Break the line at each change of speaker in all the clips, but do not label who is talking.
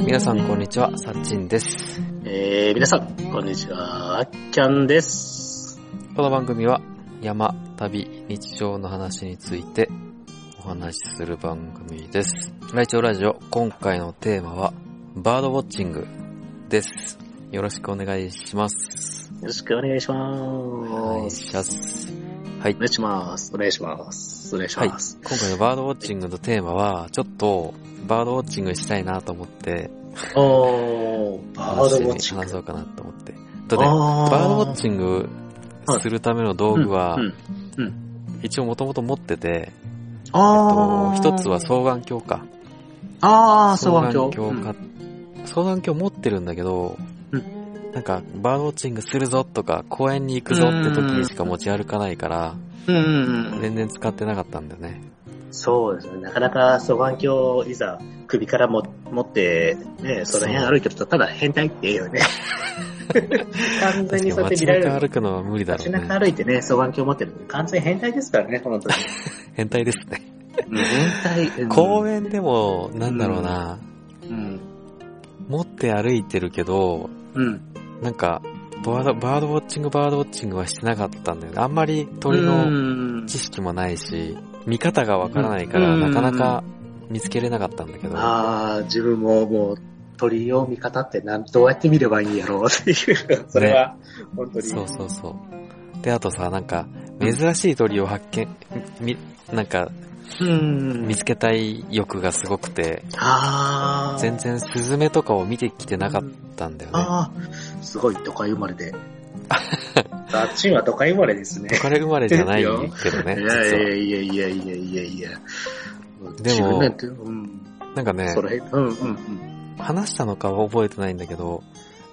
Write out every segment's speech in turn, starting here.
皆さんこんにちは、さっちんです。
えー、皆さん、こんにちは。あっきゃんです。
この番組は山、旅、日常の話についてお話しする番組です。ライチョウラジオ、今回のテーマはバードウォッチングです。よろしくお願いします。
よろしくお願いし
お願
ま
い
す。
します。はい
お。願いします。お願いします。お願いし
はい。
ます。
今回のバードウォッチングのテーマは、ちょっとバードウォッチングしたいなと思って、
おー、バードウォッチング。
話そうかなと思って。とね、
あ
バードウォッ
ン
チングするための道具は
うんう、ん
一応もともと持ってて、えっ
あ
と、
ー、
一つは双眼鏡か。
あー、双眼鏡。
双眼鏡か双眼鏡持ってるんだけど、
う
なんか、バードウォッチングするぞとか、公園に行くぞって時にしか持ち歩かないから、
うんうんうんうん
全然使ってなかったんだよね。
そうですね。なかなか双眼鏡をいざ首からも持って、ね、その辺歩いてるとただ変態って言うよね。
確
完全に
か
そう
に
やって
街
見られ
中歩
る。
くのは無理だろ
街
う
中
ね。
歩いてね、双眼鏡持ってるの完全変態ですからね、この時。
変態ですね。
変態。うん
公園でも、なんだろうな、
うん。
持って歩いてるけど、
うん。
なんか、バード、バードウォッチング、バードウォッチングはしてなかったんだよね。あんまり鳥の
の
知識もないし、見方がわからないから、
うん
なかなか見つけれなかったんだけど、
ああ、自分ももう鳥を見方ってなんどうやって見ればいいんやろうっていう。それは、本当に。
そうそうそう。で、あとさ、なんか、珍しい鳥を発見、み、なんか、
うん
見つけたい欲がすごくて、
ああ。
全然スズメとかを見てきてなかっ
うん
たんだよね。
ああ、すごい都会生まれで。あっちは都会生まれですね。
トカレ生まれじゃないけど
い
ね、実
やい
は。
やいやいやいやいやいや。
でも
自分なんて、うん。
なんかね
そ、れ、うんうんうん。
話したのかは覚えてないんだけど、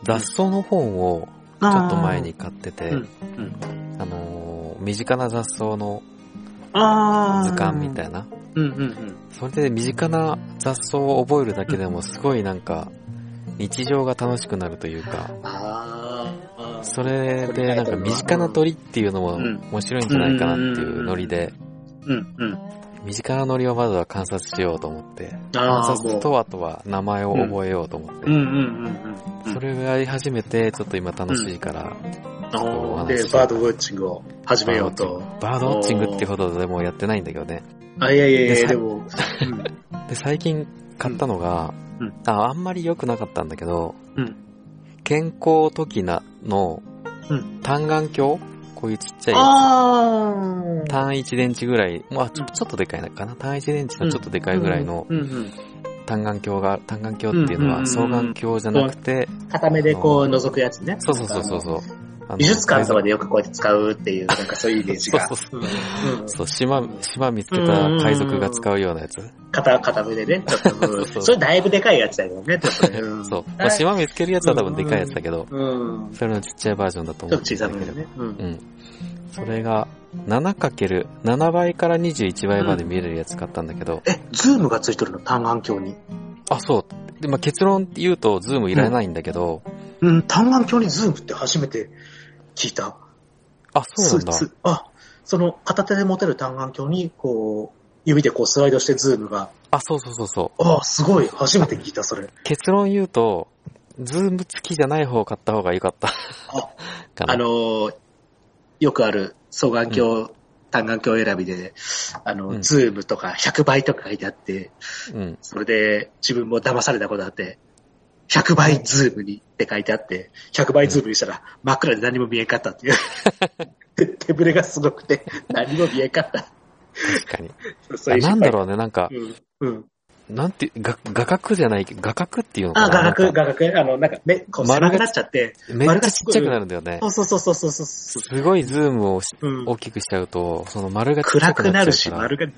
雑草の本を
ち
ちょっと前に。買ってて、
うんうん
あのー身近な雑草の
ああ。
図鑑みたいな。
うんうんうん。
それで身近な雑草を覚えるだけでもすごいなんか、日常が楽しくなるというか、
ああ。
それでなんか身近な鳥っていうのも
うん
面白いんじゃないかなっていうノリで、
うんうん。
身近な鳥をまずは観察しようと思って、観
ああ、も
察
う。
とあとは名前を覚えようと思っ
うんう
て、
んうんうん。
それをやり始めてちょっと今楽しいから、お話
あーで
し、
バードウォッチングを始めようと。
バードウォッチングってほどでもやってないんだけどね。
あ、いやいやい
で
や、
さ
でも。うん
で、最近買ったのが
うんうん、
ああんまり良くなかったんだけど、
うん。
健康時なの
うん、
単眼鏡こういうちっちゃいや
あー
つ。単1電池ぐらい、まあちょ
うん
ちょっとでかいのかな単1電池のちょっとでかいぐらいの
うんうん。
単眼鏡が、単眼鏡っていうの
うんうん
は
うんうん
双眼鏡じゃなくて、
固めでこう覗くやつね。
そうそうそうそう
う。
そう。あの
美術館とかでよくこうやって使うっていう、なんかそういうイメージが。
そうそ
うんうん
そう、島、島見つけた海賊が使うようなやつ。
片、片目でね。ちょっとうん
そう
それだいぶでかいやつだよね、ちょっとね。うん
そう。まあ島見つけるやつは多分でかいやつだけど、
うん。ち
それのちっちゃいバージョンだと
ょっ
思
と
うんだけど。
小さめでね。うん
うん。それが、7×、7倍から21倍まで見れるやつ買ったんだけど、
え、ズームがついてるの単眼鏡に。
あ、そう。で、まあ、結論って言うと、ズームいらないんだけど、
うん、単眼鏡にズームって初めて聞いた。
あ、そうなんだ。
スーツあ、その片手で持てる単眼鏡に、こう、指でこうスライドしてズームが。
あ、そうそうそうそ
あすごい。初めて聞いた、それ。
う。結論言うと、ズーム付きじゃない方を買った方が良かった。かな
あのーよくある双眼鏡、単眼鏡選びで、あの、
うん
ズームとか100倍とか書いてあって、
うん。
それで自分も騙されたことあって、100倍ズームにって書いてあって、100倍ズームにしたら真っ暗で何も見えんかったっていう。手 手ぶれがすごくて、何も見えんかった。
確かに。
そういう失敗
あなんだろうね、なんか、
うん。うん。
なんて、が画角じゃない、画角っていうのかな。
あ、画
な
角、
んか
画角、あの、なんか、ね、こう、
丸
丸
が
くなっちゃって。
めっちゃちっちゃくなるんだよね
そ。うそうそうそうそうそう。
すごいズームをし
うん、
大きくしちゃうと、その丸がちっちゃ
暗
く
く
な
な
っ
る
ち
し、
ゃうから。
丸が、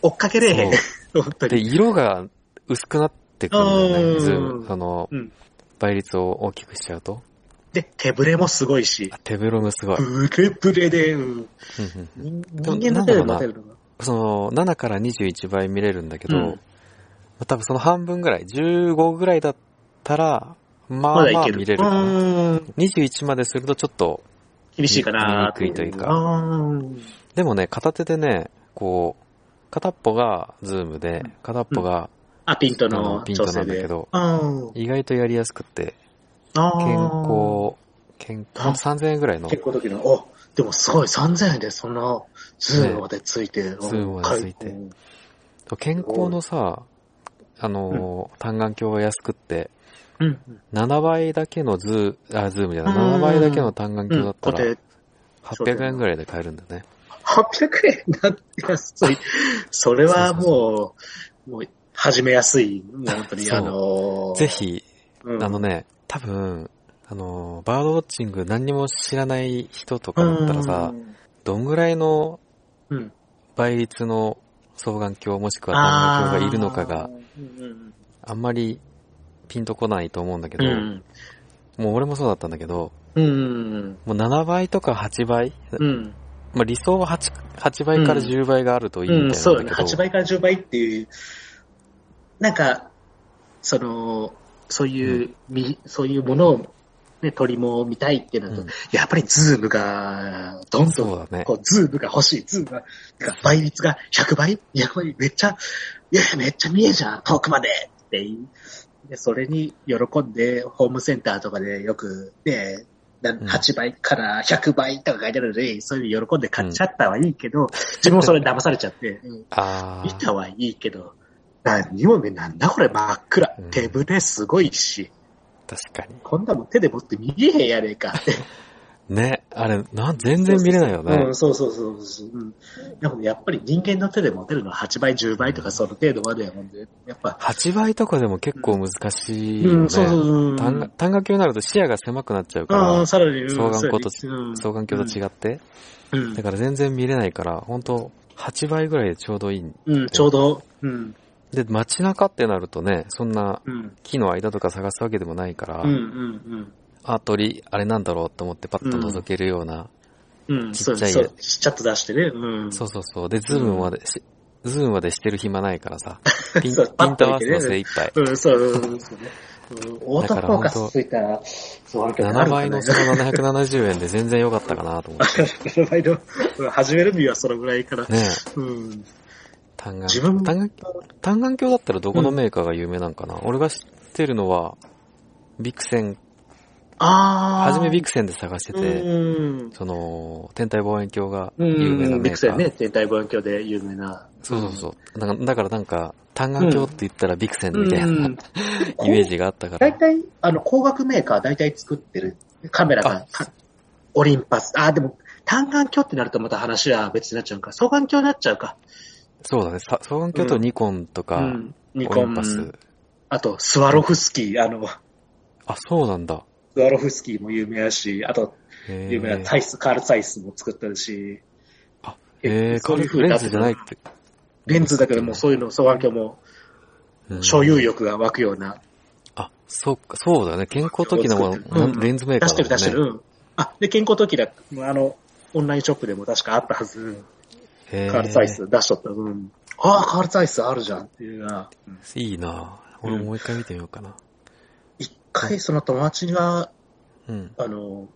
追っかけれへん。本当
で、
に。
色が薄くなってくるんだよ
う
ね、
ん
ズーム。その
うん、
倍率を大きくしちゃうと。
で、手ぶれもすごいし
あ、手ブロムすごい。
ブレブレで、うん
うんうん
人
も
人間の手で待てるのが。
その、7から21倍見れるんだけど、
うん
多分その半分ぐらい、15ぐらいだったら、まあ
ま
ま
だい
あ
け
見れ
る。
るかな。
うん。
21までするとちょっと、
厳しいかな
見にくいというか
あー
でもね、片手でね、こう、片っぽがズームで、片っぽが
あ、ピント
あ
の
のピン
調
トな
整
んだ
で。
けど、
あー
意外とやりやすくて、
あー
健康、健
あ
康、3000円ぐらいのズ
結構時の、お、でもすごい、3000円でそんな、ズームまでついて、
ームまでついて
う。ん
健康のさ、あのー、単眼鏡が安くって、
うん。
7倍だけのズー、あ、ズームじゃない、
う
7
ん
倍だけの単眼
う
鏡だ
ん。
った
固
ら、
定、
800円ぐらいで買えるんだよね。
800円なんて安い。それはもう、もう、始めやすい。もう本当に、
そう
あのー、
ぜひ、
うん、
あのね、多分、あのー、バードウォッチング何にも知らない人とかだったらさ、どんぐらいの
うん、うん。
倍率の双眼鏡もしくは単眼鏡がいるのか
あ
が
ー、うん
あんまりピンとこないと思うんだけど、
うん。
もう俺もそうだったんだけど、
うん。うん。
もう7倍とか8倍、
うん。
まあ理想は 8, 8倍から
うん
10倍があるといいみたい
うん、
なんだけど、
そうだね。8倍から10倍っていう、なんか、その、そういう、みそういうものを、ね、鳥も見たいっていうのと、
うん
やっぱりズームが、どんどん
そうだね
こ。う、ズームが欲しい、ズームが、なんか倍率が100倍 ?200 倍めっちゃ、いや、めっちゃ見えじゃん、遠くまでっていう。で、それに喜んで、ホームセンターとかでよく、ね、な
うん
8倍から100倍とか書いてあるので、そういうの喜んで買っちゃったはいいけど、自分もそれに騙されち ゃって、うん
あ
見
ー
たはいいけど、何にも見えなんだこれ真っ暗
うん。
手ぶれすごいし、
確かに。
こんなもん手で持って見えへんやねえかって。
ね、あれ、なん、 全然見れないよね。
うん、 そうそうそうそう、うん。でもやっぱり人間の手で持てるのは8倍、10倍とかその程度までやもんで、やっぱ、
8倍とかでも結構難
う
しいよね。
ん、そうそうそう。
単眼単眼鏡になると視野が狭くなっちゃうか
う
ら
ん、、さらに、うん
双眼鏡と
さらにうん
双眼鏡と違って、
うん
だから全然見れないから、本当8倍ぐらいでちょうどいい。
うん、ちょうど、うん、
で、街中ってなるとね、そんな
うん、
木の間とか探すわけでもないから、
うん、うん、
あ、鳥、あれなんだろうと思ってパッと覗けるような、
うん、うん、
ち
そ
っ
う
ちゃい
そう、ちっちゃっと出してね、うん。
そうそうそう、で、ズームまでし、ズームまでしてる暇ないから さ、ピン
そう
ピント合わせの精一杯。
うん、そう、うん、そうね。うんオートフォーカスついた、そう、あるけど、あ
7
るか
倍
な
のその770円で全然良かったかなと思っ
7倍の、うん始めるにはそのぐらいから
て。。ね
うん。
単眼
自分
単眼単眼鏡だったらどこのメーカーが有名なんかな、俺が知ってるのは、ビクセン、
あー。
はじめビクセンで探してて、
うん。
その、天体望遠鏡が
うん
有名なメーカー。
ビクセンね、天体望遠鏡で有名な。
そうそうそう。だからだからなんか、単眼鏡って言ったらビクセンみたいな、
うん
イメージがあったか
大
ら。
体、あの、工学メーカー大体作ってる。カメラが、かオリンパス。あ、でも、単眼鏡ってなるとまた話は別になっちゃうか。双眼鏡になっちゃうか。
そうだね。さ双眼鏡とニコンと
う
か、
ん。ニ
オリ
コ
ンパス
ン。。あと、スワロフスキー。あの、
あ、そうなんだ。
スワロフスキーも有名だし、あと、
へ
有名な
ー
タイス、カール・サイスも作ってるし、
へー
そういう風
レ
にな
ン
って
ズ
た
じゃないって。
レンズだけどもうそういうの、双眼鏡も
うん
所有欲が湧くような
あ、そうか、そうだね。健康時のも、
うん
レンズメーカ
出
ー
して
だもんね。
る出してる。うん。あ、で、健康時だ、あの、オンラインショップでも確かあったはず。
へー
カールサイス出しとった。うん。ああ、カールサイスあるじゃんっていうな。うん
いいなぁ俺もう一回見てみようかな。
一回その友達が、
うん。
あの、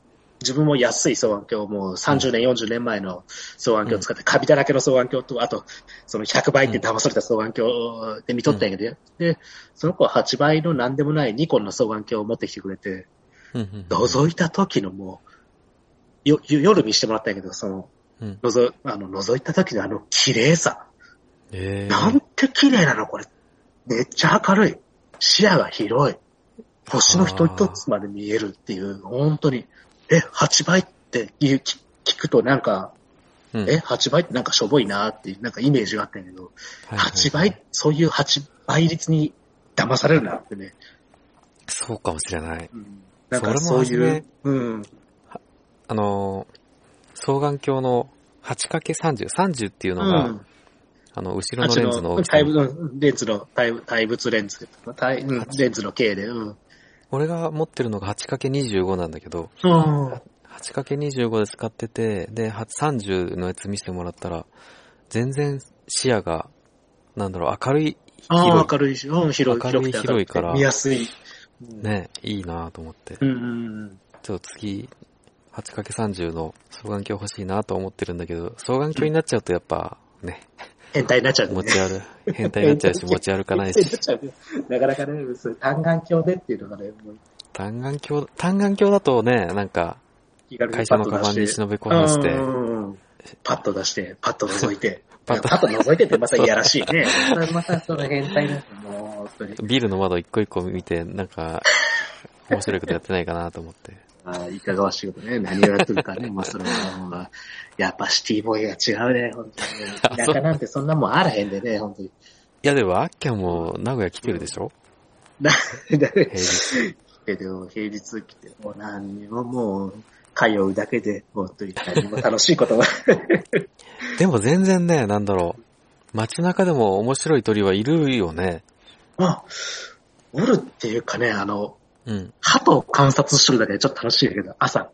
自分も安い双眼鏡、もう30年、40年前の双眼鏡を使って、カビだらけの双眼鏡と、あと、その100倍って騙された双眼鏡で見とったんやけど、で、その子は8倍の何でもないニコンの双眼鏡を持ってきてくれて、
うんうん
覗いた時のもう、よ、よ夜見してもらったんやけど、その、
うん。
覗、あの、覗いた時のあの綺麗さ。
え
なんて綺麗なの、これ。めっちゃ明るい。視野が広い。星の一つまで見えるっていう、本当に。え、8倍って言うき聞くとなんか、え、8倍ってなんかしょぼいなっていう、なんかイメージがあったんやけど、8倍、そういう8倍率に騙されるなってね。
そうかもしれない。
うん、なんかそう
そ
い
れも初
う、うん。
あのー、双眼鏡の 8×30。30っていうの
う
が
ん、
あの、後ろ
あ
の
っ
レ
ち
ンズの
の
大きさ
対。物うんレンズの、対対物レンズ。対うんレンズの径で、うん。
俺が持ってるのが 8×25 なんだけど、
うん。
8×25 で使ってて、で、は30のやつ見せてもらったら、全然視野が、なんだろう、明るい、
あ
広
あ、明るいし、うん、広い、
明るい
広くて
広いから
見やすい。
い。ね、いいなぁと思って。
うん。うん。
ちょっと次、 8×30 の双眼鏡欲しいなと思ってるんだけど、双眼鏡になっちゃうとやっぱね、
変態になっちゃう
持
ね。
ち 歩、変態になっちゃうし持ち歩かない
変態にな
し
っ。ちゃうねなかなかね、そう単眼鏡でっていうのがね、もう
単眼鏡、単眼鏡だとね、なんか、
気軽
会
に
社
パ
の
ッと
カ
出
バンに
して。
忍び込ませて
う、んうんうんパッと出して、パッと覗いて。
パ
パ
ッ
ッ
と
と覗いてってまたいやらしいね。またまたその変態なんですよもう、本当に。
ビルの窓一個一個見て、なんか、面白いことやってないかなと思って。
ま あ、いかがわしいことね。何をやってるかね。まあ、それはもう、やっぱシティボーイが違うね、本当に。田舎なんてそんなもんあらへんでね、本当に。
いやでも、あっきゃんも名古屋来てるでしょ
な、だ
平日。
けど、平日来て、もう何にももう、通うだけで、本当に何も楽しいことは。
でも全然ね、なんだろう。街中でも面白い鳥はいるよね。
まあ、おるっていうかね、あの、
うん。
鳩を観察してるだけでちょっと楽しいんだけど、朝、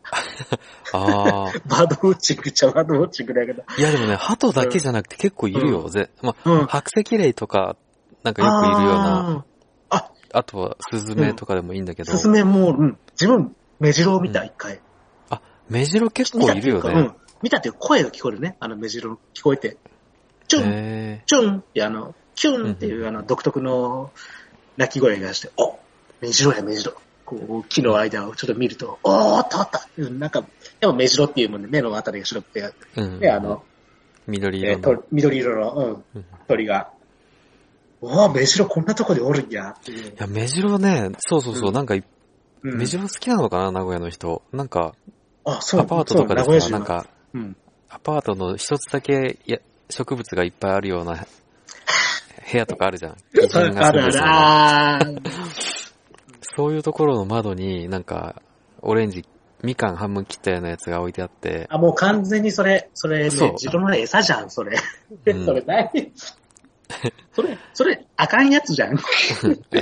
ああ。
バードウォッチングちゃバードウォッチングだけど、
いやでも ね、鳩だけじゃなくて結構いるよ。ぜまあ、
うん
白石霊とか、なんかよくいるような。
あー。あ、
あとはスズメとかでもいいんだけど
す、ずめも、うん、自分、目白を見た、
うん
一回。
メジロ結
見
構
たっ
い
て
る
いう
よ
かう
ね。
ん。見たっていう声が聞こえるね。あの目白の聞こえて。チュン、
へ
チュンってあの、キュンって
う
い
んう
うあの独特の鳴き声がして、お目白や目白。こう、木の間をちょっと見ると、おーあったあったうんなんか、でも目白っていうもんね、目のあたりが白くて、
え。うん。
で、あの、
緑
え
色
ー
の。
と緑色の、うん、
うんい
鳥が、おお、目白こんなとこでおるんや、っていう。
や、メジロね、そうそうそう、
うん
なんかい、
うん
メジロ好きなのかな、名古屋の人。なんか、
あ、そう
アパートとかで
そう名古屋
さ、
市
な
の
んか、
うん。
アパートの一つだけ、いや、植物がいっぱいあるような、部屋とかある じゃん。偉
あ
人が住んで
る
そうな
あるあー
そういうところの窓になんか、オレンジ、みかん半分切ったようなやつが置いてあって、
あ、もう完全にそれ、それ、
そう
ね、自分の餌じゃん、それ。
うん
それ何それ、それ、あかんやつじゃん。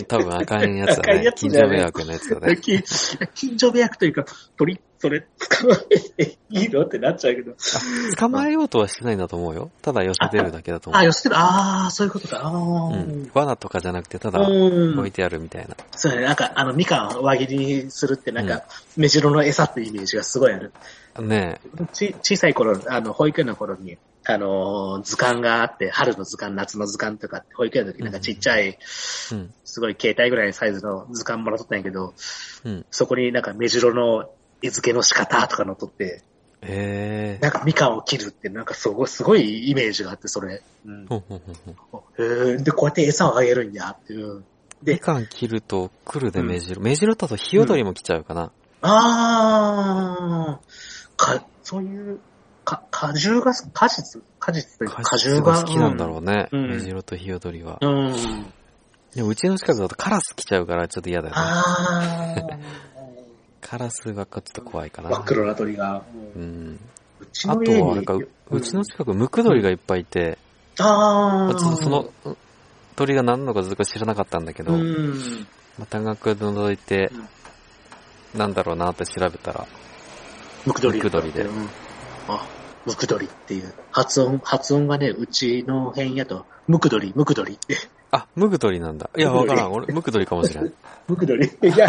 多分赤いやつだ
赤い
ね
や。つ
近
だね
所迷惑のやつだね。
近 近所部役というか、鳥、それ、捕まえていいのってなっちゃうけど。
捕まえようとはしてないんだと思うよ。ただ寄せてるだけだと思
あ、
う。
寄せてる。ああ、そういうことか。ああ、
う
うん
ん。。罠とかじゃなくて、ただ
う
置い
ん。
てあるみたいな。
そうだね。なんか、あの、みかんを輪切りにするって、なんか、目白の餌ってイメージがすごいある。
ね
ち小さい頃、あの、保育園の頃に、あのー図鑑があって、春の図鑑、夏の図鑑とかって、保育園の時なんかちっちゃい、
え。うん。
すごい携帯ぐらいのサイズの図鑑もらっとったんやけど、
うん。
そこになんか目白の絵付けの仕方とかのとって、
へえ。
なんかみかんを切るって、なんかすごい、すごいイメージがあって、それ。うん。へ
ほんほんほんほん
ーで、こうやって餌をあげるんや、っていう。
み
で、
かん切ると来るでメジロ。メジロだとヒヨドリも来ちゃうかな。
あー、か、そういう、か、果汁が、果実果実というか
果
果
汁
汁
が
が。
好きなんだろうね。
うん
メジロとヒヨドリは。
うん。うん。
でもうちの近くだとカラス来ちゃうからちょっと嫌だよね。
あ
カラスがちょっと怖いか
あ、
な。
真っ黒な鳥が。
うん。
うち
あ
の
と
家に
は、なんか、ううちの近くムクドリがいっぱいいて、
あ
まあ
あ、
ちょっとその、鳥が何なのかずっと知らなかったんだけど、
うん、
まあ、単学で覗いて、なんだろうなって調べたら、
ムクドリ。
ムクドリで
うんあ、ムクドリっていう。発音、発音がね、うちの辺やと、ムクドリ、ムクドリって。
あ、ムクドリなんだ。いや、わ
ム
か
クドリ
らん。俺、ムクドリかもし れん。
ムクドリいや、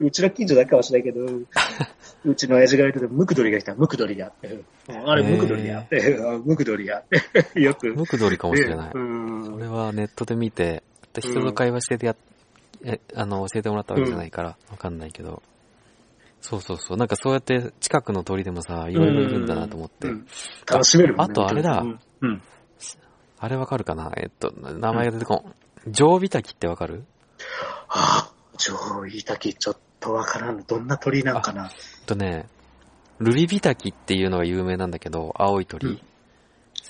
うちの近所だけかもしれな いけど、うちの親父が言うけど、ムクドリが来た、ムクドリやって。うんあれ、
へー
ムクドリやって。あムクドリやって。 よく。
ムクドリかもしれない。
うん
俺はネットで見て、人と会話しててやっ、え、あの、教えてもらったわけじゃないから、わかんないけど。そうそうそう。なんかそうやって近くの鳥でもさ、いろいろいるんだなと思って
う。ん楽しめるもんね
あとあれだ
うんうん。
あれわかるかなえっと、名前が出てこん。常備滝ってわかる
ああ、上位滝ちょっとわからん。どんな鳥なんかな。
えっとね、ルリビ滝っていうのが有名なんだけど、青い鳥。
うん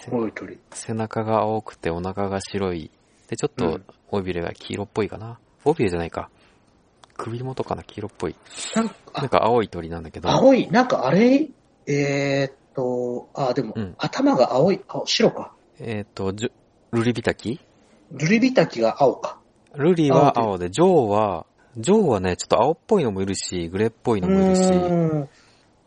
多い鳥。
背中が青くてお腹が白い。で、ちょっ
う
と
ん
尾びれが黄色っぽいかな。尾びれじゃないか。首元かな黄色っぽい。
なんか、
なん
あ
か青い鳥なんだけど。
青い、なんかあれ、えー、っと、あ、でも、
うん
頭が青い、青、白か。
えっ、と、じゅルリビタキ
ルリビタキが青か。
ルリは
青
青で、ジョーは、ジョーはね、ちょっと青っぽいのもいるし、グレーっぽいうのもいるし、
ーん。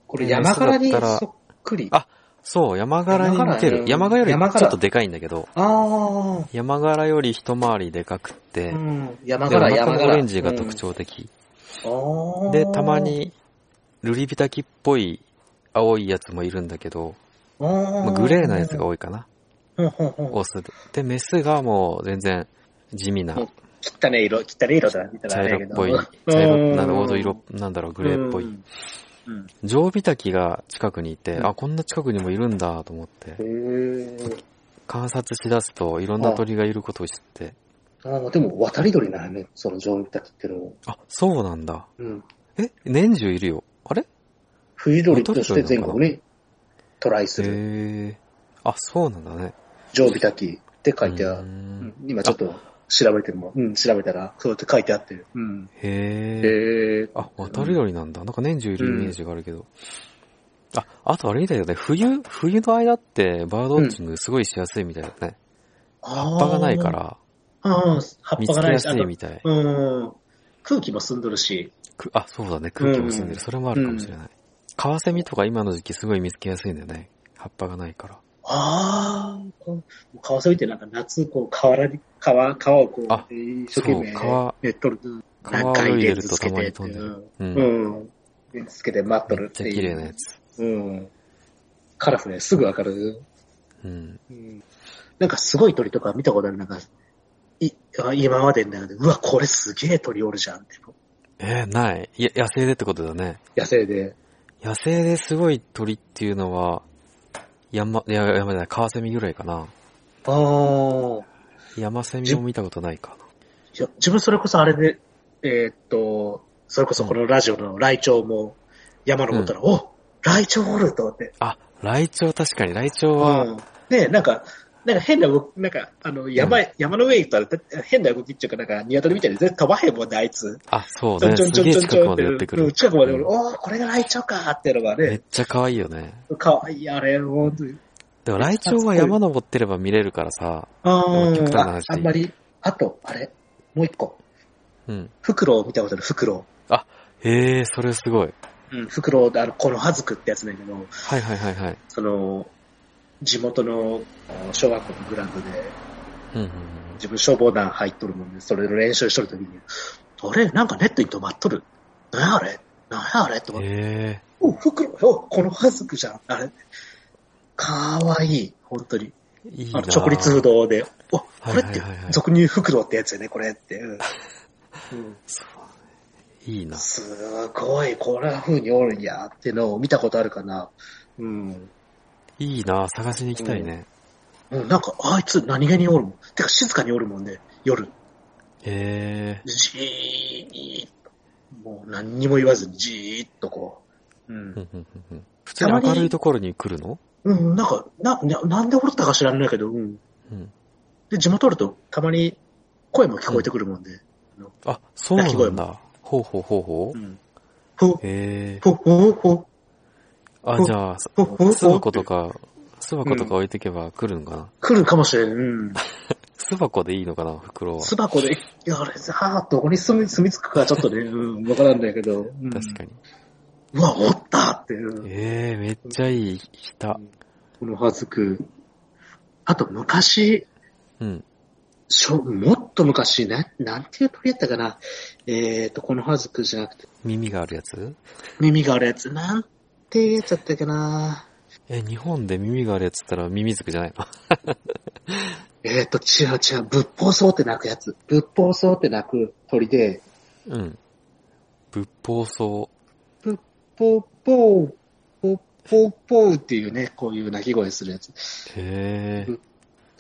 これ山柄にそっくり。
あそう、山柄に似てる。山柄
山柄
よ
ね
り
山柄
ちょっとでかいんだけど、
あー。
山柄より一回りでかくて、
うん。
で
山
お
柄、
腹
山
の
柄。
オレンジが特徴的。
うん。あー
で、たま。に、ルリビタキっぽい青いやつもいるんだけど、ま
ま
あグレーなやつが多いかな。
ほんほんほん。
オスで。で、メスがもう全然地味な
うん汚い色、汚い色だな、みたいな
茶
あれ
色
やけ
っ
ど。
ぽい、茶色、なるほど色、なんだろう、グレーっぽ
う
い。
ん。うん
ジョウビタキが近くにいて、
うん
あ、こんな近くにもいるんだと思って
へ、ー
観察しだすといろんな鳥がいることを知って、
あーでも渡り鳥なのね、その上たちっていうのも。
あ、そうなんだ。
うん。
え、年中いるよ。あれ
冬鳥として全国にトライす
へ
る、
えあ、そうなんだね。
常備炊きって書いて
う
あ
ー
る。うんん今ちょっと調べても、うん、調べたら、そうやって書いてあってる。うん。へ
へえ
え。
あ、渡り鳥なんだ。なんか年中いるイメージがあるけど。あ、あとあれみたいだね。冬、冬の間ってバードウォッチングすごいしやすいみたいだね。
葉
葉がないか。ら、
あー葉っ
見
ぱ
つ
が
け
な
や
い
すいみたい。
あとうん。空気も澄んどるし。
くあ、そうだね。空気も澄んで
うん
る。それもあるかもしれない。カワセミとか今の時期すごい見つけやすいんだよね。葉っぱがないから。
ああ、こう川沿いってなんか夏、こう、河原に、川、川をこう
あ、
一生懸命、
そう川
ね、取る。
川を
回
泳い
転
でると
つ
た
け
ま
て
に
って
飛ん
い
でる。
う。
うん。
う
めっ
ん。レンズつけて待っとるっ
ちゃ
ていう。
綺麗なやつ。
うん。カラフルですぐわかる。
うん。
うん。なんかすごい鳥とか見たことある。なんか、い、あ今までの中で、うわ、これすげえ鳥おるじゃんって。
えーない。いや、野生でってことだね。
野生で。
野生ですごい鳥っていうのは、山、いや、山じゃない、カワセミぐらいかな。
ああ。
山セミも見たことないか
いや、自分それこそあれで、えーっと、それこそこのラジオのライチョウも山登ったら、おライチョウおると思って。
な。あ、ライチョウ確かに、ライチョウは、
うん、で、なんか、なんか変な動き、なんか、あの、山、
う
山の上行ったら、だ変な動きっていうか、なんか、鶏みたいに全然飛ばへんもんね、あいつ。
あ、そう
ちょん
ね。
ち
す
ょんちょ
げ
ん
え
ちょん
近
ち
く
ょん
ま
って
で寄ってくる。
うん近くまで俺、
うん
おー、これがライチョウかーっていうのが
めっ
ね、
ちゃ可愛いよね。
かわいい、あれ、本当に。
でも、ライチョウは山登ってれば見れるからさ、
あ
極端な
あ
話
あんまり、あと、あれ、もう一個。
うん。
フクロウ見たことある、フクロ
へえ、それすごい。
ウ。うん、フクロウ、あの、このハズクってやつだけど、
はいはいはいはい。
その、地元の小学校のグラウンドで、
うんうん
自分消防団入っとるもんで、それの練習しとるときに、あれなんかネットに止まっとる。なんやあれなんやあれと
う
思
ん。
って、
へえ、
お、袋、お、このハズクじゃん。あれかわいい、本当に。
いい
あ
な
の、直立不動で、お、これって
はいはいはいは、い
俗に言う袋ってやつやね、これって。うん うん
いいな。
すごい、こんな風におるんやってのを見たことあるかな。うん。
いいな、探しに行きたいね。
うん、なんか、あいつ何気におるもん。てか静かにおるもんね、夜。
へえ、
じーっと。もう何にも言わずにじーっとこう。う
うんう
ん。
んうんうん普通に明るいところに来るの
うん、なんか、な、ななんでおったか知らないけど、うん。
うん。
で、地元おるとたまに声も聞こえてくるもんで。
あ、そうな
鳴き声
んだ。ほうほうほうほ
う
う。
ん。ふ、
へえ。
ふ、ふ、ふ、
あ、じゃあ、
ふ、ふ、
巣箱と
か。
か、巣箱とか置いてけば来るのかな
来るかもしれん。うん。
巣箱でいいのかな袋は。
巣箱で、いや、あれさ、どこに住み、住み着くかちょ っとね、うん、わからんだけど。うん
確かに。
うわ、おったっていう。
ええめっちゃいい。ひた。
このはずく。あと昔、
うん。
しょもっと昔、な、なんていう鳥やったかな。えっ、と、このはずくじゃなくて、
耳があるやつ
耳があるやつ。なんていうやつだったかな。
え、日本で耳があるやつったら耳づくじゃないの
えっ、と、違う違う。仏法草って鳴くやつ。仏法草って鳴く鳥で、
うん。仏法草。
ぽーぽー、ぽーぽーぽーっていうね、こういう鳴き声するやつ。
へえ。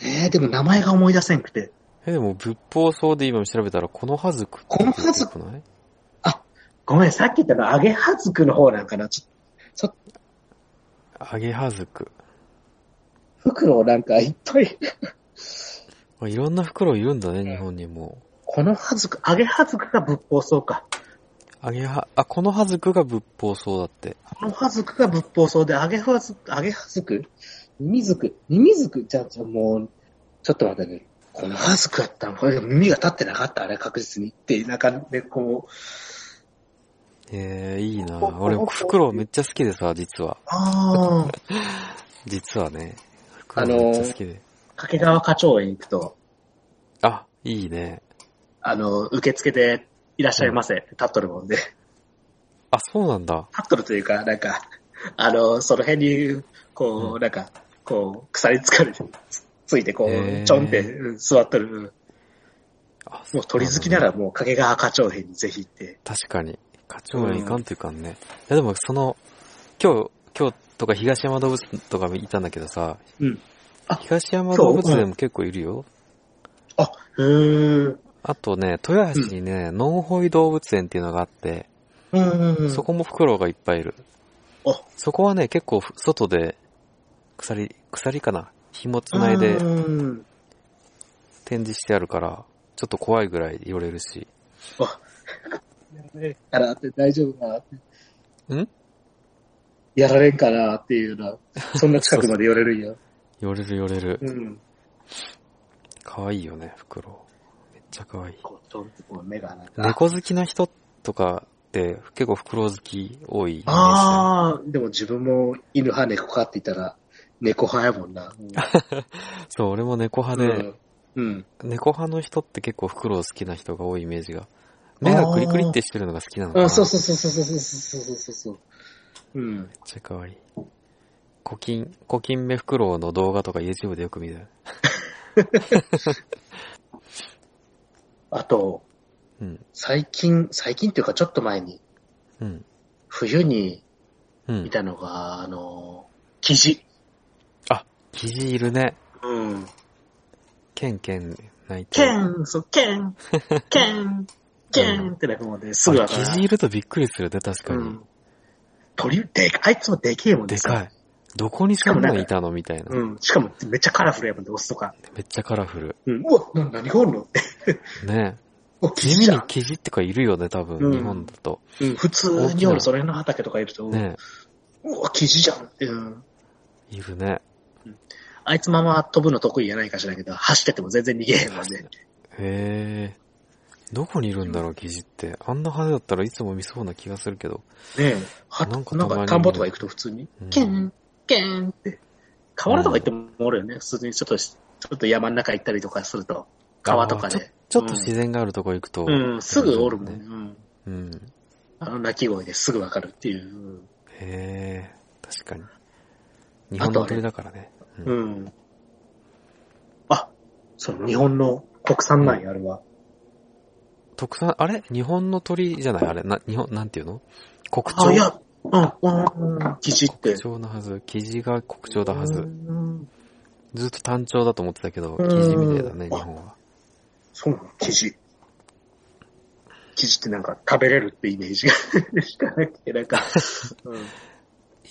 えー、でも名前が思い出せんくて。
え、でも仏法草で今調べたら、このはずく
この葉
ず
ず
くない
ごめん、さっき言ったのは、アゲハズクの方なんかな。ちょ
揚げはずく。
フクロウなんかいっぱい。
まあいろんな袋いるんだね、日本にも。
このハズク、揚げハズクが仏法草か。
揚げは、あ、このはずくが仏法草だって。
このハズクが仏法草で、揚げハズク、揚げハズク耳づく耳づくじゃあ、じゃあもう、ちょっと待ってね。このハズクやったのこれ耳が立ってなかった、あれ確実に。って、なんかね、こう、
ええいいな俺、袋めっちゃ好きでさ、実は。
ああ。
実はね。袋めっちゃ好きで。
掛川花鳥園行くと、
あ、いいね。
あの、受付でいらっしゃいませって立っとるもんで。
あ、そうなんだ。
タックルというか、なんか、あの、その辺に、こう、
うん
なんか、こう、鎖つかれて、つついて、こ
へー
う、ちょんってうん座っとる。
あ
もう鳥好きならもう、影が赤長編にぜひ行って。
確かに。課長にいかんといかんね。いやでもその、今日、今日とか東山動物とかもいたんだけどさ、
うん。あ
東山動物でも結構いるよ。
あ、うーん。
あとね、豊橋にね、ノンホイ動物園っていうのがあって、
うんうんうん。
そこもフクロウがいっぱいいる。
あ
そこはね、結構ふ外で、鎖、鎖かな紐つないで
うん
展示してあるから、ちょっと怖いぐらい寄れるし。
やられんからって大丈夫かなって。
ん
やられんかなってい うのは、そんな近くまで寄れるんよ。
寄れる寄れる。
うん。
可愛いよね、フクロウ。めっちゃ可愛い。
こう、ちょんってこう目がなんか。
猫好きな人とかって結構フクロウ好き多いイメージだね
ああ、でも自分も犬派猫派って言ったら、猫派やも んな。
そう、俺も猫
う
派で、
ん。うん。
猫派の人って結構フクロウ好きな人が多いイメージが。目がクリクリってしてるのが好きなのかな
あそう
めっ
そうそうそうそうそうそうそうそう。うん。
ちゃ可愛い。コキン、コキンメフクロウの動画とか YouTube でよく見る。
あと、
うん、
最近、最近っていうかちょっと前に、
うん、
冬に
うん
見。たのが、あの、キジ。
キジいるね。
うん。
ケンケン泣いて
ケ
る。
ン、そう、ケン、ケン、ケンってなるもんで、すぐわ
あ
か
キ
る。
ジいるとびっくりするね、確か
う
に。
ん。鳥、でかあいつもでけえもん
で
ね。
か
い。
い。どこにそんなんいたのみたいな。
うん。しかもめっちゃカラフルやもんね、オスとか。
めっちゃカラフル。
うん。うわ、な、何がおるのって。
ね
お
地
キジ
味
じゃ
に
ん。
キジってかいるよね、多分、
うん
日本だと。
うん、普通におる、それの畑とかいると、
ね
うわ、キジじゃんって。うん。
いるね。
あいつまま飛ぶの得意やないかしらんけど、走ってても全然逃げへんもんね。
へえ。どこにいるんだろう、キジって。あんな羽だったらいつも見そうな気がするけど。
ねえ。は
な
なんん
か
か
たまに
田んぼとか行くと普通に
うん、
ケン、ケンって。河原とか行ってもおるよね。普通にちょっとし、ちょっと山の中行ったりとかすると、川とか
あー
で。
ちょっと自然があるとこ行くと。
うん、すぐおるもんね。
ね。
うん。
うん。
あの鳴き声ですぐわかるっていう。
へえ。確かに。日本の鳥だからね。う
うん。あ、その日本の国産なんや、あれは。
特産、あれ日本の鳥じゃないあれな、日本、なんていうの国
あ、
鳥。
いや、うん、うん、キジって
国。鳥なはず。キジが国鳥だは
う
ず。
ん
ずっと単調だと思ってたけど、
う
キ
ん
ジみたいだね、日本は。
そうなの、生地。生地ってなんか食べれるってイメージ がしかなくて、なんか、うん、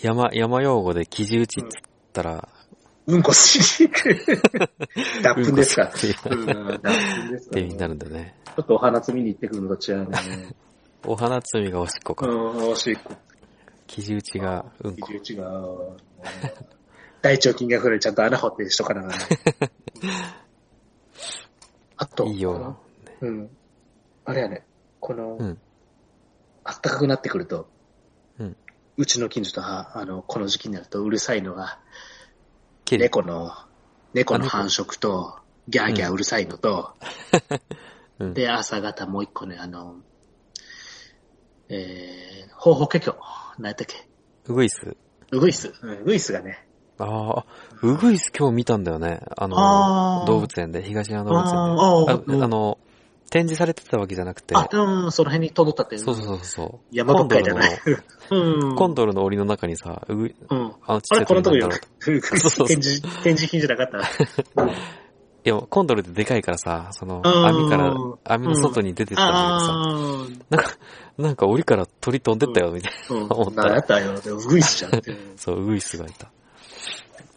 山、山用語でキジ打ちっつったら、
うんこし、脱粉ですか
うんこ
ら。うん、脱粉です
っ
か
て意
ら。
味にな
ち
るんだね。
ょっとお花摘みに行ってくるのと違うね。
お花摘みがおしっこ
う
か。
ん、おしっこ、
生地打ちがうんこ。
生地違う。大腸菌が増える、ちゃんと穴掘ってしとかながら。 あと、
いいよ。
うん。あれやね、この、
うん
あったかくなってくると、
うん
ちの近所とは、あの、この時期になるとうるさいのが、
キリ。
猫の、猫の繁殖と、ギャーギャーうるさいのと、
うん
で、朝方もう一個ね、あの、えー、ホウホウケキョウ、何やったっけ、
ウグイス。
ウグイス、うんウグイスがね、
ああ、ウグイス今日見たんだよね。あの、
あー
動物園で、東山動
あ
物
ーあ
園
ー
で。あ
うん
あの、展示されてたわけじゃなくて、
あ、うん、その辺にとどったって、
そうそうそうそう。
山ばっかりじゃない。うん。
コンドルの檻の中にさ、ウグイ、
う
あ
ん。
の、ち
あ
っちゃ
れ、
い
このとこ
鳥
よ
なんだろ
く
うと。、
展
そうそう
示、展示品じゃ なかった。
いや、コンドルってでかいからさ、その、
うん
網から、網の外に出てったんだけどさ、
あ
なんか、なんか檻から鳥飛んでったよ、みたいな。
ー
思
う
っ
ん。
た
何やったんやろって、ウグイスじゃ んって。
そう、ウグイスがいた。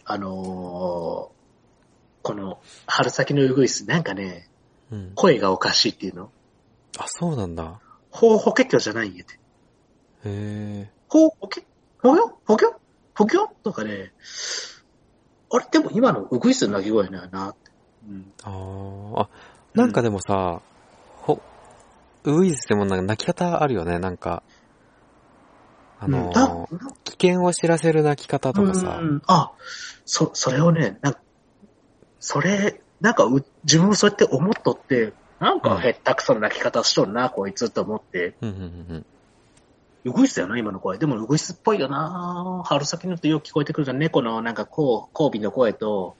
あのー、この、春先のウグイス、なんかね、
うん。
声がおかしいっていうの。
あ、そうなんだ。
ほうほけきょじゃないんやって。
へえ。
ほうほけ、ほぎょほぎょほぎょとかね、あれ、でも今のウグイスの鳴き声なんやなって。うん。
あーあ、なんかでもさ、ほ、ウグイスでもなんか泣き方あるよね、なんか。あのー
うんな
危険を知らせる泣き方とかさ、
うんあ、そ、それをね、なんか、それ、なんかう、自分もそうやって思っとって、なんか、へったくそな泣き方しとるな、こいつと思って、
うんうんうんうん。
ウグイスだよな、今の声。でもウグイスっぽいよな。春先のとよく聞こえてくるのは猫のなんかこう、交尾の声と、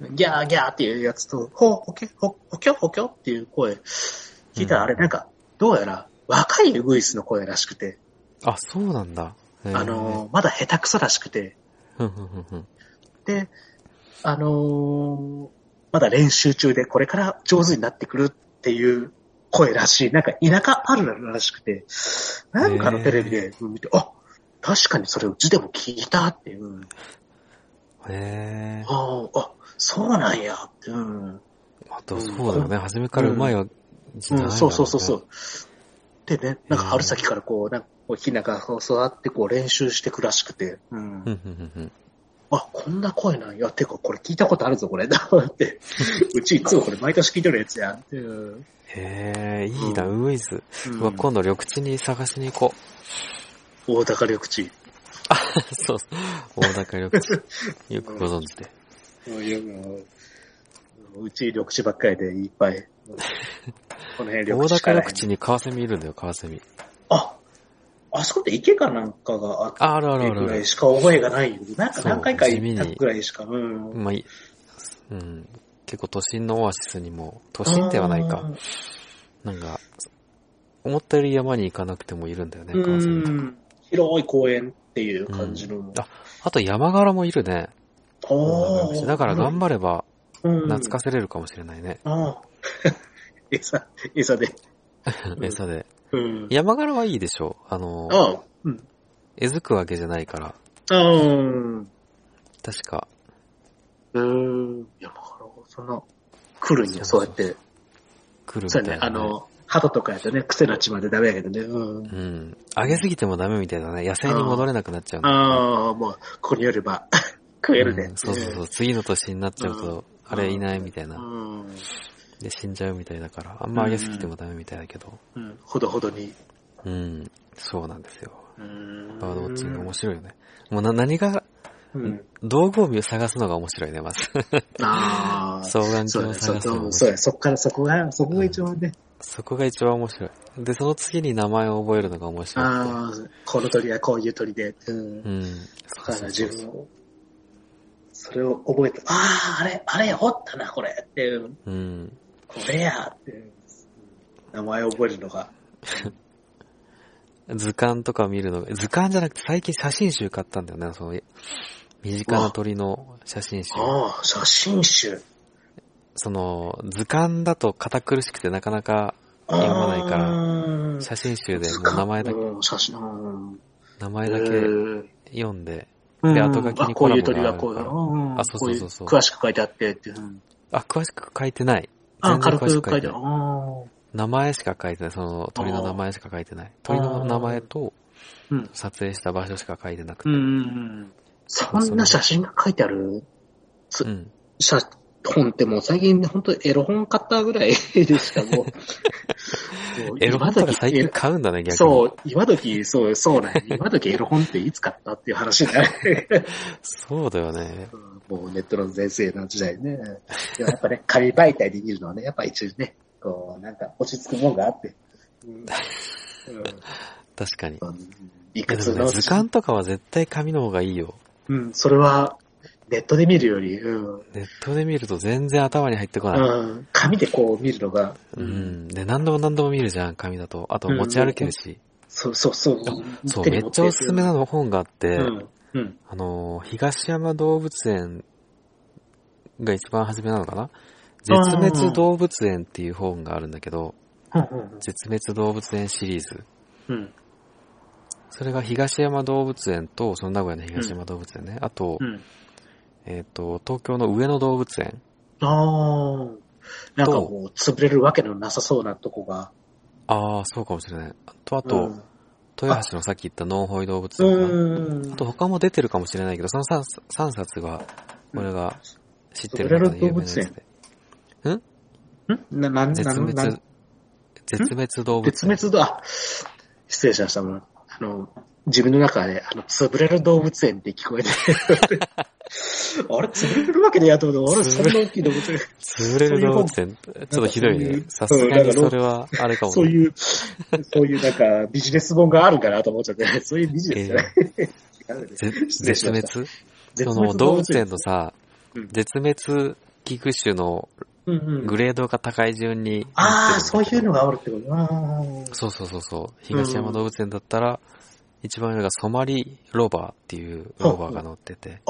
ギャーギャーっていうやつと、ほ、ほけ、ほ、ほきょほきょっていう声。聞いたらあれなんか、どうやら若いウグイスの声らしくて、
あ、そうなんだ。へー
あのー、まだ下手くそらしくて、
ふんふんふんふん
で、あのーまだ練習中でこれから上手になってくるっていう声らしい。なんか田舎あるあるらしくて、なんかのテレビで見て、あ、確かにそれうちでも聞いたっていう。
へえ。
ああ、あ、そうなんやって、うん。
あと、そうだよね。初めからうまいわけじゃない、。
うん、そうそうそうそうう。でね、なんか春先からこう、なんかこう、ひながこう育ってこう練習してくらしくて、うん
ふんふんふんふん
あ、こんな声なんや。てか、これ聞いたことあるぞ、これ。だって。うちいつもこれ毎年聞いてるやつやん。うん。
へえ、いいな、
う
ウグイス。うわ、今度緑地に探しに行こう。
大高緑地。
そうそう。大高緑 地。よくご存知で。
うんいやもううち緑地ばっかりでいっぱい。うんこの
大
辺緑地か
高
ら。
緑地にカワセミいるんだよ、カワセミ。
あ、あそこで池かなんかがあっ
ああるあ
て
るある
ぐ
あ
ら
る
い。しか覚えがないよ。なんか
そう
何回か
地味
行った
に
ぐらいしか。うん。
まあ、いいうん。結構都心のオアシスにも、都心ではない
あ
か。
ー。
なんか、思ったより山に行かなくてもいるんだよね、カ
う
ワセミ。
ん。広い公園っていう感じの。
うんあ、あと山柄もいるね。
おー
だから頑張れば
うん
懐かせれるかもしれないね。
ああ。 餌、餌で。うん
餌で。
うん。
山柄はいいでしょう。あの、
ああ。うん。
えずくわけじゃないから。
ああ。うん。
確か。
うん。山から、そんな、来るんや、そうやって。
来るみた
そ
いうな、
やね、あの、鳩とかやとね、癖の血までダメやけどね。うん。
うん。上げすぎてもダメみたいだね。野生に戻れなくなっちゃうんだよね
ああ、もう、ここによれば、 食えるね
う。んそうそうそう。次の年になっちゃうと、あれいないみたいな。
うん。
で、死んじゃうみたいだから。あんま上げすぎてもダメみたいだけど。
うん。ほどほどに。
うん。そうなんですよ。
うん
バードウォッチング面白いよね。もうな、何が、
うん。
道具を探すのが面白いね、まず。
ああ。
双眼
そ
鏡を
うやね、そ
探すのが面白
うそう
い。
や、そっからそこが、そこが一番ね、
そこが一番面白い。で、その次に名前を覚えるのが面白
ああ、この鳥はこういう鳥で、うん
くて。うん。
だ
そう
から
そう
自
そう
分を、それを覚えて、ああ、あれ、あれ、掘ったな、これっていう、
うん。
これやっていう、名前を覚えるのが。
図鑑とか見るのが、図鑑じゃなくて最近写真集買ったんだよね、その、身近な鳥の写真集。
ああ、写真集。
その、図鑑だと堅苦しくてなかなか読まないから、
ら
写真集でもう名前だけ、
うん、写真、うん。
名前だ
へ
け
ー
読んで、
うん
後書きに
あこういう
コラ
鳥
ムがあ
は
る
こう
から
うん
あそうそうそうそう
こい詳しく書いてあってっていう。うん
あ、詳しく書いてない。
あ、軽
全
く
然詳しく
書いて
書
あ
いて
る。
ない。
あ
名前しか書いてない。その鳥の名前しか書いてない。鳥の名前と
ーうん。
撮影した場所しか書いてなくて。
うんうんうん。そんな写真が書いてある
う。
うん写本ってもう最近本当エロ本買ったぐらいでしか もう。もう
エロ本とか
今時
最近買うんだね、逆に。。
そうう、今時、そう、そう なんや今時エロ本っていつ買ったっていう話になる。
そうだよね。
もうネットの全盛の時代ね。でもやっぱね、紙媒体で見るのはね、やっぱ一応ね、こう、なんか落ち着くもんがあって。うん。
確かに。
うん、
で
いくつ
も
の
ね、図鑑とかは絶対紙の方がいいよ。
うん、それは、ネットで見るより、うん。
ネットで見ると全然頭に入ってこない。
うん、紙でこう見るのが、
う。ん。で、何度も何度も見るじゃん、紙だと。あと持ち歩けるし。
そうそうそう。
そう、
手
め
に
っ
持
ちゃおすすめなの本があって、
うん。うん。
あのー、東山動物園が一番初めなのかな
あー
絶滅動物園っていう本があるんだけど、
うん。
絶滅動物園シリーズ。
うん。
それが東山動物園と、その名古屋の東山動物園ね。あと
う、ん。
えっと、東京の上野動物園。
ああ。なんかもう、潰れるわけのなさそうなとこが。
ああ、そうかもしれない。あと、あと、豊橋のさっき言った農保動物
う
園かな。
ん。うん
あと、他も出てるかもしれないけど、その 3, 三冊が、俺が知ってる
うん
中で有名なやつ
潰れる動物
で。
んな、なん、
絶
なん、な
滅
ん、、
絶滅動
絶
物園。
滅だ。あ失礼し ました。もうあの、自分の中で、あの、潰れる動物園って聞こえて。あれ、潰れるわけねえやと思って、あれ、そん
潰れ
な大きい動物園。
潰れる動物園、ちょっとひどい
そうい
ね
う。
さすがにそれは、あれかも
そう
ね。
いう、そういうなんか、ビジネス本があるんかなと思っちゃって、そういうビジネスじゃない。
ぜ
失礼し
絶
ました
滅
絶
そ
滅
の動物園のさ
うん、
絶滅危惧種の
うんうん
グレードが高い順に。
ああ、そういうのがおるってことあー
そうそうそうそう。東山動物園だったら、一番上がソマリロバーっていうロバーが乗ってて。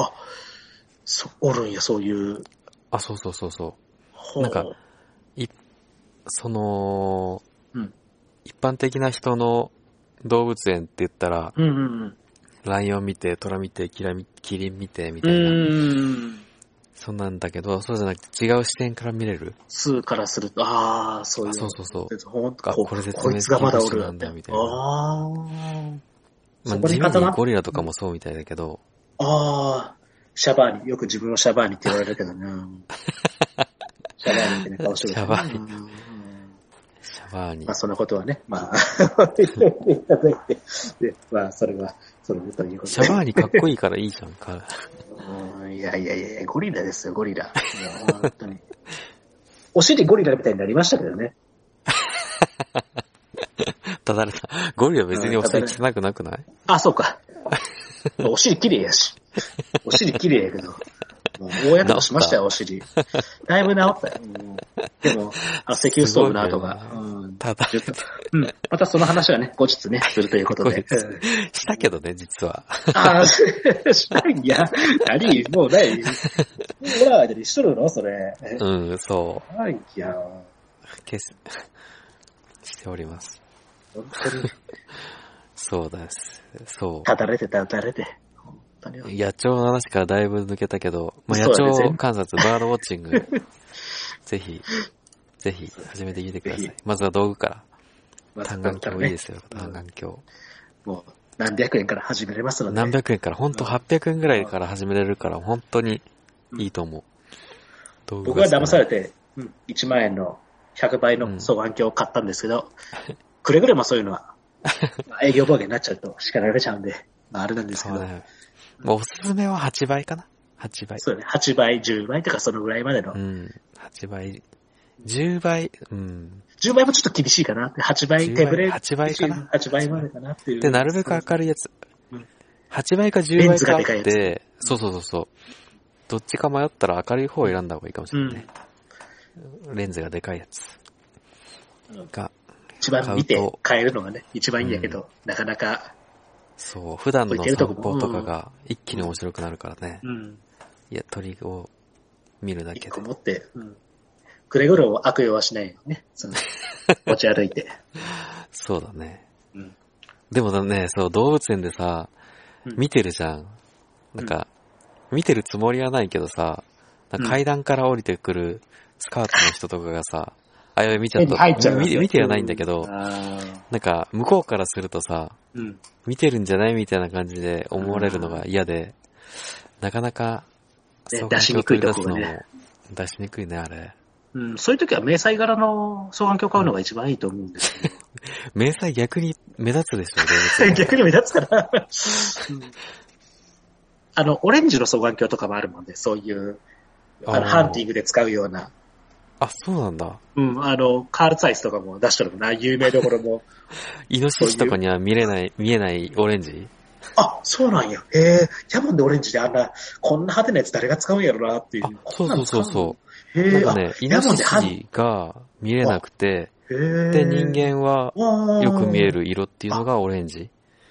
そおるんや、そういう。
あ、そうそうそうそう。
ほう
なんか、その、
うん
一般的な人の動物園って言ったら、
うんうん
ライオン見て、トラ見て、キラミキリン見て、み
うん。う
たいな、
ーん。
そんなんだけど、そうじゃなくて違う視点から見れる。
数からすると、ああ、そういう
あ
の。
そうそうそう。
ほんと
あ
こ
これ絶
こ
滅
いつがまだおる
危惧種なんだみたいな
ああ。
まあ、
そこに
地味
刀
にゴリラとかもそうみたいだけど、
ああ、シャバーニ、よく自分のシャバーニって言われるけどな。シャバーニってね、顔してるけどな。
シャバーニ
うん
シャワーに
まあ、。そんなことはね、まあ、言っていただいて、で、まあ、それは、それでということ
シャワー
ニ
にかっこいいからいいじゃんか。
いやいやいや、ゴリラですよ、ゴリラ。いや本当に。お尻ゴリラみたいになりましたけどね。
ただれた。ゴリラ別にお尻汚くなくない
あ、そ うか。お尻綺麗やし。お尻綺麗やけど。もう大やけどしましたよ、お尻。だいぶ治ったよ。うんでも、あ石油ストーブの跡が
す。ごい
うん
ただれた。
うん。またその話はね、後日ね、するということで
後。したけどね、実は。
ああ、したいんや。何もうない。ほら、一緒なのそれ。
うん、そ
ないんや。
う。消す。 しております。
本当に、
そうです。そう。
ただれてただれて。本当に
野鳥の話からだいぶ抜けたけど、まあ、
そう
野
だね
鳥観察、バードウォッチ ング、ぜひ、ぜひ始めてみてくださ
ぜ
い
ひ。
まずは道具から。
まあ
単眼鏡いいですよ、
うん
単眼鏡。
もう、何百円から始めれますので。
何百円から、ほんと
うん
800円ぐらいから始めれるから、本当にいいと思う。道具
僕は騙され
て。
て、うん、1万円の100倍
うん
の双眼鏡を買ったんですけど、くれぐれもそういう のは、まあ営業妨害になっちゃうと叱られちゃうんで、まああれなんですけ
そう
ど、
ね。まあ、おすすめは8倍かな ?8 倍。
そうね、8倍、10倍とかそのぐらいまでの、
うん。8倍。10倍、うん。
10倍もちょっと厳しいかなって、8倍、
10
手ぶれ、
8倍かな
8倍までかなっていう。
で、なるべく明るいやつ
うん。
8倍か10倍かあっ
レンズがでかい
て、そうそうそうそう。どっちか迷ったら明るい方を選んだ方がいいかもしれないね。レンズがでかいやつ
うん
が、
一番見て
買うと
買えるのがね、一番いいんやけど、なかなか、
そう、普段の
置いてると
散
こ
歩とかが一気に面白くなるからね。
うん、
いや、鳥を見るだ
一
け
個
で。
持って、うん、くれぐれも悪用はしないようにね、 その持ち歩いて。
そうだね。
うん
でもだね、そう、動物園でさ、
うん
見てるじゃん。なんか、見てるつもりはないけどさ、なんか階段から降りてくるスカートの人とかがさ、あ、やべ、見ちゃ
手
っ
に
た。
入っちゃう、
見見てはないんだけど、
うんあー
なんか、向こうからするとさ、
うん。
見てるんじゃないみたいな感じで思われるのが嫌で、なかなか、
ね
双眼鏡
出しにくいとこ
取り出
が
すのも、出しにくいね、あれ。
うん、そういう時は迷彩柄の双眼鏡買うのが一番いいと思うんです
迷彩逆に目立つでしょ、 動
け
物
ど。
園
逆に目立つから。うんあの、オレンジの双眼鏡とかもあるもんで、そういう、あ
あ
の、
ー
ハンティングで使うような。
あ、そうなんだ。
うん、あの、カール・ツァイスとかも出してるもんな、有名どころも。
イノシシとかには見れない、見えないオレンジ
あ、そうなんや。へえ、キャモンでオレンジであんな、こんな派手なやつ誰が使うんやろなっていう。
あ。、そうそうそうそうう。なん
へえ、
か
あ
ね、イ
ヤ
ノ
モン
シ
でハン
シが見れなくて、
へー
で、人間はよく見え。る色っていうのがオレンジ。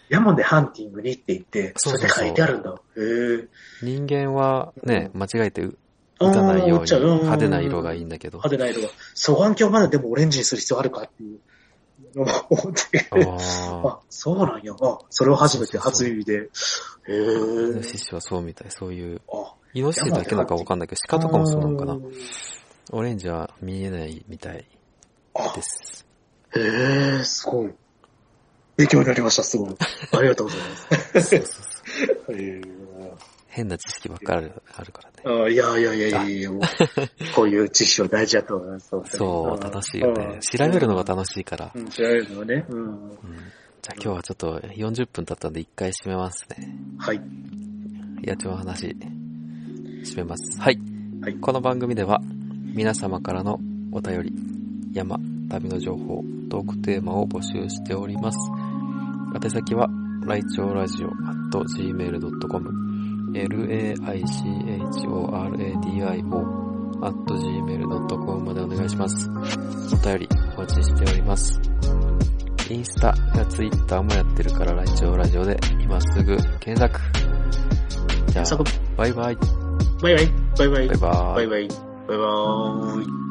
ヤモンでハンティングにって言って、そ
そう
れ
そうそう
で書いてあるんだ。へえ。
人間はね、間違えてう
あー
打たないよう
打っ
に
ちゃううん
派手な色がいいんだけど。あ
派手な色が。双眼鏡まででもオレンジにする必要あるかっていうのが思って。
あ
あ、そうなんや。あ、それを初めて
そうそうそう
初耳で。へ
ー。イノシ
ー。
シはそうみたい。そういう、
あ、
イノシシだけなのかわかんないけど、鹿とかもそうなのかな。オレンジは見えないみたい
あ
で、す。
へー、すごい。勉強になりました、すごい。ありがとうございます。へー
変な知識ばっかりあるからね。
あ いやいやいやいやいや、もうこういう知識は大事だと思います。
そう、正しいよね。調べるのが楽しいから
う。ん、調べるのはね。うん。
うんじゃあ今日はちょっと40分経ったんで一回締めますね。
はい。
野鳥の話。締めます。はい。
はい
この番組では、皆様からのお便り、山、旅の情報、トークテーマを募集しております。宛先は、ライチョウラジオ gmail.com、laichoradio gmail.com までお願いします。お便りお待ちしております。インスタやツイッターもやってるから、ライチョウラジオで今すぐ検索。じゃあ
そ、こ、
バイバイ。
バイバイ、バイバイ
バイ、バイ
バイバイ、バイバーイ。